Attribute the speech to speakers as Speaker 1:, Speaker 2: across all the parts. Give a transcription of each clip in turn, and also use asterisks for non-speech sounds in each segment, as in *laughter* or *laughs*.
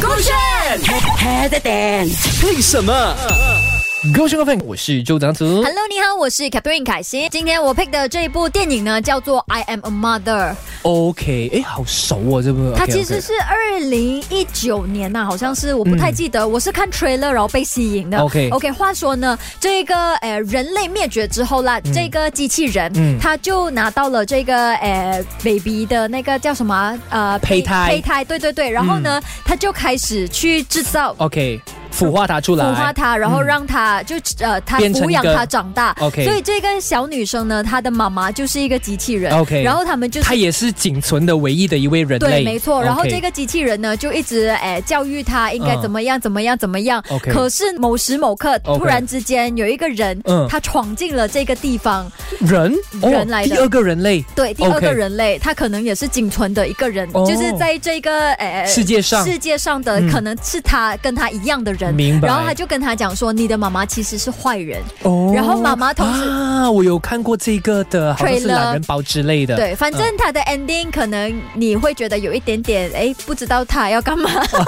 Speaker 1: 勾选 h a d
Speaker 2: 为什么？各位观众，我是周长图。
Speaker 3: Hello，你好，我是 Catherine 凯西。今天我 pick 的这一部电影呢，叫做《I Am a Mother》，
Speaker 2: OK，哎，好熟哦，这部。
Speaker 3: 它其实是二零一九年呐、好像是我不太记得，我是看 trailer 然后被吸引的。
Speaker 2: 嗯 OK
Speaker 3: OK，话说呢，这个呃人类灭绝之后啦，这个机器人、
Speaker 2: 嗯
Speaker 3: 它就拿到了这个呃 baby 的那个叫什么啊呃
Speaker 2: 胚胎嗯
Speaker 3: 胚胎，对对对，然后呢，它就开始去制造
Speaker 2: OK，孵化它出来。
Speaker 3: 孵化它，然后
Speaker 2: 嗯
Speaker 3: 让它、就呃，它
Speaker 2: 变成
Speaker 3: 抚养
Speaker 2: 一个
Speaker 3: 它长大。
Speaker 2: OK
Speaker 3: 所以这个小女生呢，她的妈妈就是一个机器人。
Speaker 2: 哦 OK
Speaker 3: 然后他们就是
Speaker 2: 它也是仅存的唯一的一位人类。
Speaker 3: 对，没错。然后
Speaker 2: OK
Speaker 3: 这个机器人呢，就一直哎教育他应该
Speaker 2: 嗯
Speaker 3: 怎么样，怎么样，怎么样。
Speaker 2: OK
Speaker 3: 可是某时某刻，
Speaker 2: OK
Speaker 3: 突然之间有一个人
Speaker 2: 嗯，
Speaker 3: 他闯进了这个地方。
Speaker 2: 人哦
Speaker 3: 人来的
Speaker 2: 第二个人类
Speaker 3: 对，第二
Speaker 2: OK
Speaker 3: 个人类，他可能也是仅存的一个人，
Speaker 2: 哦
Speaker 3: 就是在这个哎
Speaker 2: 世界上
Speaker 3: 世界上的
Speaker 2: 嗯
Speaker 3: 可能是他跟他一样的人。
Speaker 2: 明白
Speaker 3: 然后他就跟他讲说：“你的妈妈其实是坏人。”
Speaker 2: 哦
Speaker 3: 然后妈妈同时
Speaker 2: 啊，我有看过这个的，好像是
Speaker 3: Trailer
Speaker 2: 懒人包之类的。嗯
Speaker 3: 对，反正它的 ending 可能你会觉得有一点点，哎，不知道他要干嘛。
Speaker 2: *laughs*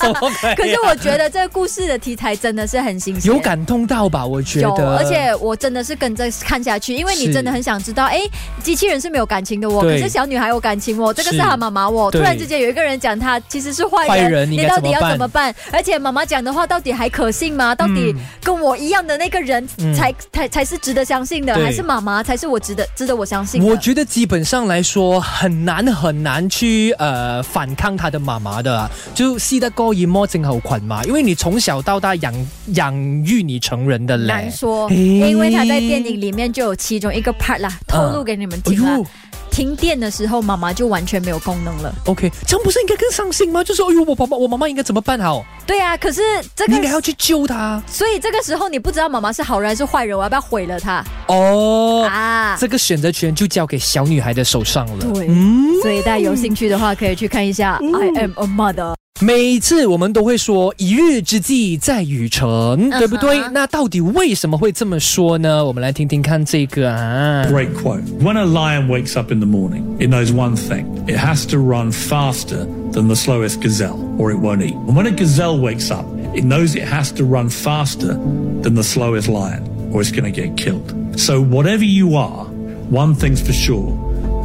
Speaker 2: 什么鬼啊
Speaker 3: 可是我觉得这个故事的题材真的是很新鲜，
Speaker 2: 有感动到吧？我觉
Speaker 3: 有，
Speaker 2: 得，
Speaker 3: 而且我真的是跟着看下去，因为
Speaker 2: 是
Speaker 3: 你真的很想知道，哎，机器人是没有感情的我，可
Speaker 2: 对
Speaker 3: 是小女孩有感情我，哦这个是她妈妈我。
Speaker 2: 对
Speaker 3: 突然之间有一个人讲她其实是坏人，
Speaker 2: 坏人你
Speaker 3: 你
Speaker 2: 该
Speaker 3: 到底要
Speaker 2: 怎
Speaker 3: 怎
Speaker 2: 么
Speaker 3: 么办？而且妈妈讲的话到底还可信吗？到底跟我一样的那个人
Speaker 2: 嗯
Speaker 3: 才、才才是值得相信的，
Speaker 2: 对
Speaker 3: 还是妈妈才是我值得值得我相信的？
Speaker 2: 我觉得基本上来说很难很难去呃反抗他的妈妈的啊，就系得过一摸症候群嘛，因为你从小到大养养育你成人的哎嘞
Speaker 3: 难。说，
Speaker 2: 嘿
Speaker 3: 因为他在电影里面就有其中一个 part 啦，透露给你们
Speaker 2: 哎
Speaker 3: 听啦。
Speaker 2: 呦
Speaker 3: 停电的时候，妈妈就完全没有功能了。
Speaker 2: ，OK，这样不是应该更伤心吗？就说，哎呦，我爸爸，我妈妈应该怎么办好？
Speaker 3: 对啊，可是这
Speaker 2: 你应该要
Speaker 3: 个，
Speaker 2: 去救她
Speaker 3: 所以这个时候你不知道妈妈是好人还是坏人，我要不要毁了她
Speaker 2: 哦。
Speaker 3: 啊？
Speaker 2: 这个选择权就交给小女孩的手上了。
Speaker 3: 对
Speaker 2: 嗯，
Speaker 3: 所以大家有兴趣的话，可以去看一下《I Am a Mother》。
Speaker 2: 每次我们都会说“一日之计在于晨”，
Speaker 3: 嗯
Speaker 2: 对不对？那到底为什么会这么说呢？我们来听听看这个啊。
Speaker 4: Great quote. When a lion wakes up in the morning, it knows one thing it has to run faster than the slowest gazelle, or it won't eat. And when a gazelle wakes up, it knows it has to run faster than the slowest lion, or it's going to get killed. So, whatever you are, one thing's for sure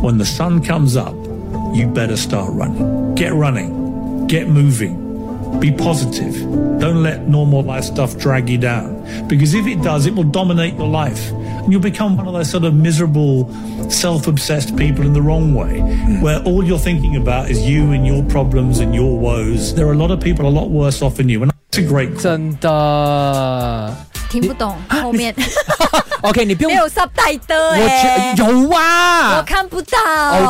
Speaker 4: when the sun comes up, you better start running. Get running, get moving, be positive. Don't let normal life stuff drag you down. Because if it does, it will dominate your life. And you'll become one of those sort of miserable, self obsessed people in the wrong way, where all you're thinking about is you and your problems and your woes. There are a lot of people a lot worse off than you. And it's a great
Speaker 2: 真的
Speaker 3: 听不懂后面
Speaker 2: *laughs* ，OK，你不用
Speaker 3: *laughs* 没，有 subtitle
Speaker 2: 我
Speaker 3: 哎
Speaker 2: 觉，有啊，
Speaker 3: 我看不到。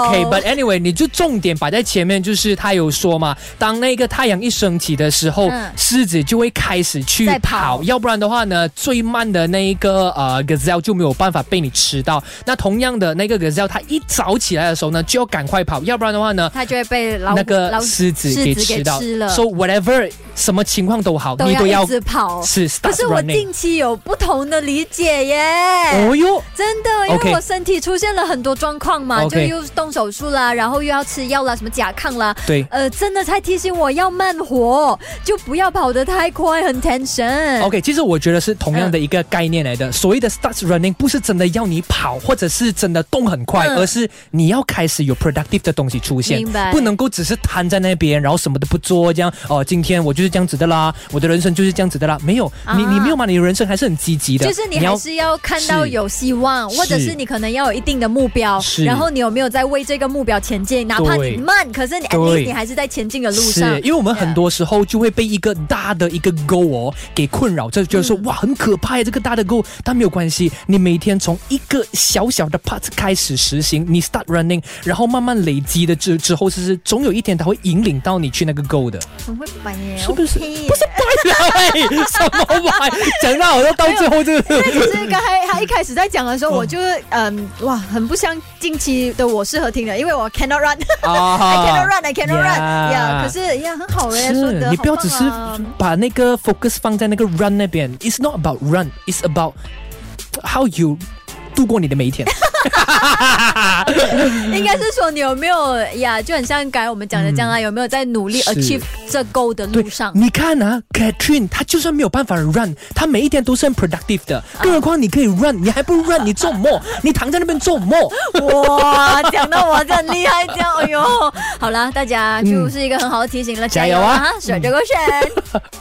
Speaker 2: OK，but、anyway，你就重点摆在前面，就是他有说嘛，当那个太阳一升起的时候，
Speaker 3: 嗯
Speaker 2: 狮子就会开始去
Speaker 3: 在
Speaker 2: 跑，
Speaker 3: 跑
Speaker 2: 要不然的话呢，最慢的那一个呃 gazelle 就没有办法被你吃到。那同样的那个 gazelle，它一早起来的时候呢，就要赶快跑，要不然的话呢。
Speaker 3: 他就会被老
Speaker 2: 那个
Speaker 3: 老
Speaker 2: 狮子给吃到
Speaker 3: 吃了。
Speaker 2: ，so whatever 什么情况都好，
Speaker 3: 都
Speaker 2: 你都
Speaker 3: 要
Speaker 2: 要
Speaker 3: 一直跑，
Speaker 2: 是
Speaker 3: 可
Speaker 2: start
Speaker 3: 是我
Speaker 2: running。
Speaker 3: 近期有不同的理解耶。
Speaker 2: 哦哟，
Speaker 3: 真的，因
Speaker 2: OK
Speaker 3: 为我身体出现了很多状况嘛
Speaker 2: OK
Speaker 3: 就又动手术啦，然后又要吃药啦，什么甲亢啦。
Speaker 2: 对
Speaker 3: 呃，真的才提醒我要慢活，就不要跑得太快，很 tension。
Speaker 2: OK，其实我觉得是同样
Speaker 3: 嗯
Speaker 2: 的一个概念来的。所谓的 start running 不是真的要你跑，或者是真的动很快，
Speaker 3: 嗯
Speaker 2: 而是你要开始有 productive 的东西出现
Speaker 3: 明，白
Speaker 2: 不能够只是瘫在那边，然后什么都不做，这样哦、今天我就是这样子的啦，我的人生就是这样子的啦。没有，你
Speaker 3: 啊
Speaker 2: 你没有嘛？你的人生还是很积极的，
Speaker 3: 就是你还是要看到有希望，
Speaker 2: 啊是
Speaker 3: 或者是你可能要有一定的目标
Speaker 2: 是，
Speaker 3: 然后你有没有在为这个目标前进？哪怕
Speaker 2: 对
Speaker 3: 你慢，可是你 at
Speaker 2: 对
Speaker 3: least 你还是在前进的路上
Speaker 2: 是。因为我们很多时候就会被一个大的一个 goal 哦给困扰，这就是说、
Speaker 3: 嗯
Speaker 2: 哇很可怕呀，这个大的 goal，但没有关系，你每天从一个小小的 part 开始实行，你 start running，然后慢慢累积的之之后，是是总有一天它会引领到你去那个 goal 的，
Speaker 3: 啊很会摆耶，
Speaker 2: 是不是 *laughs*
Speaker 3: OK 耶？
Speaker 2: 不是对什么玩意？讲到好像到最后这个。
Speaker 3: 其实刚才他一开始在讲的时
Speaker 2: 哦
Speaker 3: 候，我就是嗯，哇，很不像近期的我适合听的，因为我 cannot run。I
Speaker 2: 啊
Speaker 3: cannot run, I cannot run.
Speaker 2: Yeah
Speaker 3: 呀，可是呀，很好哎，说
Speaker 2: 是
Speaker 3: 的
Speaker 2: 你不要只是把那个 focus 放在那个 run 那边，it's not about run，it's about how you 度过你的每一天。
Speaker 3: 应该是说你有没有呀？就很像刚才我们讲的这样啊，有没有在努力
Speaker 2: 嗯是
Speaker 3: achieve 这 goal 的
Speaker 2: 对
Speaker 3: 路上，？
Speaker 2: 你看啊，Catherine，她就算没有办法 run，她每一天都是很 productive 的，更何况你可以 run，你还不 run，你做梦，你躺在那边做梦。
Speaker 3: 哇，讲到我这很厉害，这样，哎呦，好啦，大家就是一个很好的提醒了，
Speaker 2: 嗯加油啊
Speaker 3: 水着个神。